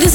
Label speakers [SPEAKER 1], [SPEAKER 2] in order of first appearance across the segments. [SPEAKER 1] This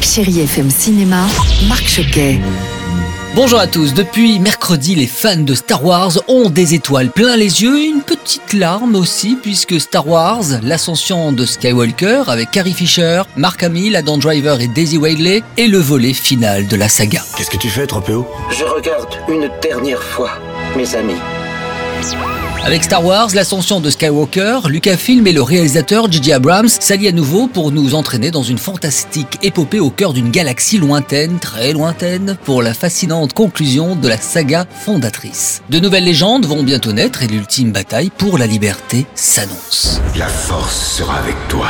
[SPEAKER 2] Chérie FM Cinéma, Marc Choquet.
[SPEAKER 3] Bonjour à tous. Depuis mercredi, les fans de Star Wars ont des étoiles plein les yeux et une petite larme aussi, puisque Star Wars, l'ascension de Skywalker avec Carrie Fisher, Mark Hamill, Adam Driver et Daisy Whaley est le volet final de la saga.
[SPEAKER 4] Qu'est-ce que tu fais, Tropeo
[SPEAKER 5] Je regarde une dernière fois, mes amis.
[SPEAKER 3] Avec Star Wars, l'ascension de Skywalker, Lucasfilm et le réalisateur J.J. Abrams s'allient à nouveau pour nous entraîner dans une fantastique épopée au cœur d'une galaxie lointaine, très lointaine, pour la fascinante conclusion de la saga fondatrice. De nouvelles légendes vont bientôt naître et l'ultime bataille pour la liberté s'annonce.
[SPEAKER 4] La force sera avec toi.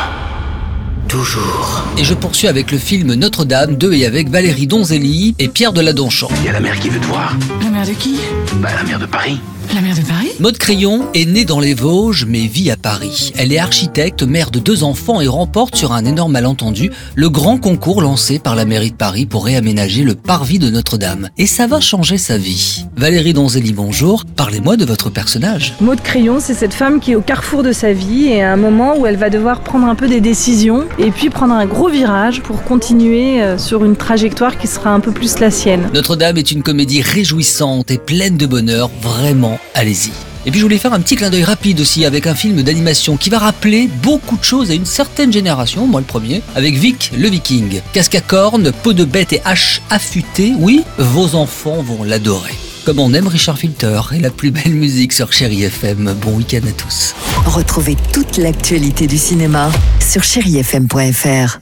[SPEAKER 4] Toujours.
[SPEAKER 3] Et je poursuis avec le film Notre-Dame 2 et avec Valérie Donzelli et Pierre Deladonchamp.
[SPEAKER 4] Il y a la mère qui veut te voir.
[SPEAKER 6] La mère de qui
[SPEAKER 4] Bah, la mère de Paris.
[SPEAKER 6] La mère de Paris
[SPEAKER 3] Maud Crayon est née dans les Vosges mais vit à Paris. Elle est architecte, mère de deux enfants et remporte sur un énorme malentendu le grand concours lancé par la mairie de Paris pour réaménager le parvis de Notre-Dame. Et ça va changer sa vie. Valérie Donzelli, bonjour. Parlez-moi de votre personnage.
[SPEAKER 7] Maud Crayon, c'est cette femme qui est au carrefour de sa vie et à un moment où elle va devoir prendre un peu des décisions et puis prendre un gros virage pour continuer euh, sur une trajectoire qui sera un peu plus la sienne.
[SPEAKER 3] Notre-Dame est une comédie réjouissante et pleine de bonheur. Vraiment, allez-y. Et puis je voulais faire un petit clin d'œil rapide aussi avec un film d'animation qui va rappeler beaucoup de choses à une certaine génération, moi le premier, avec Vic le Viking. Casque à cornes, peau de bête et hache affûtée, oui, vos enfants vont l'adorer. Comme on aime Richard Filter et la plus belle musique sur Chéri FM. Bon week-end à tous.
[SPEAKER 2] Retrouvez toute l'actualité du cinéma sur chérifm.fr.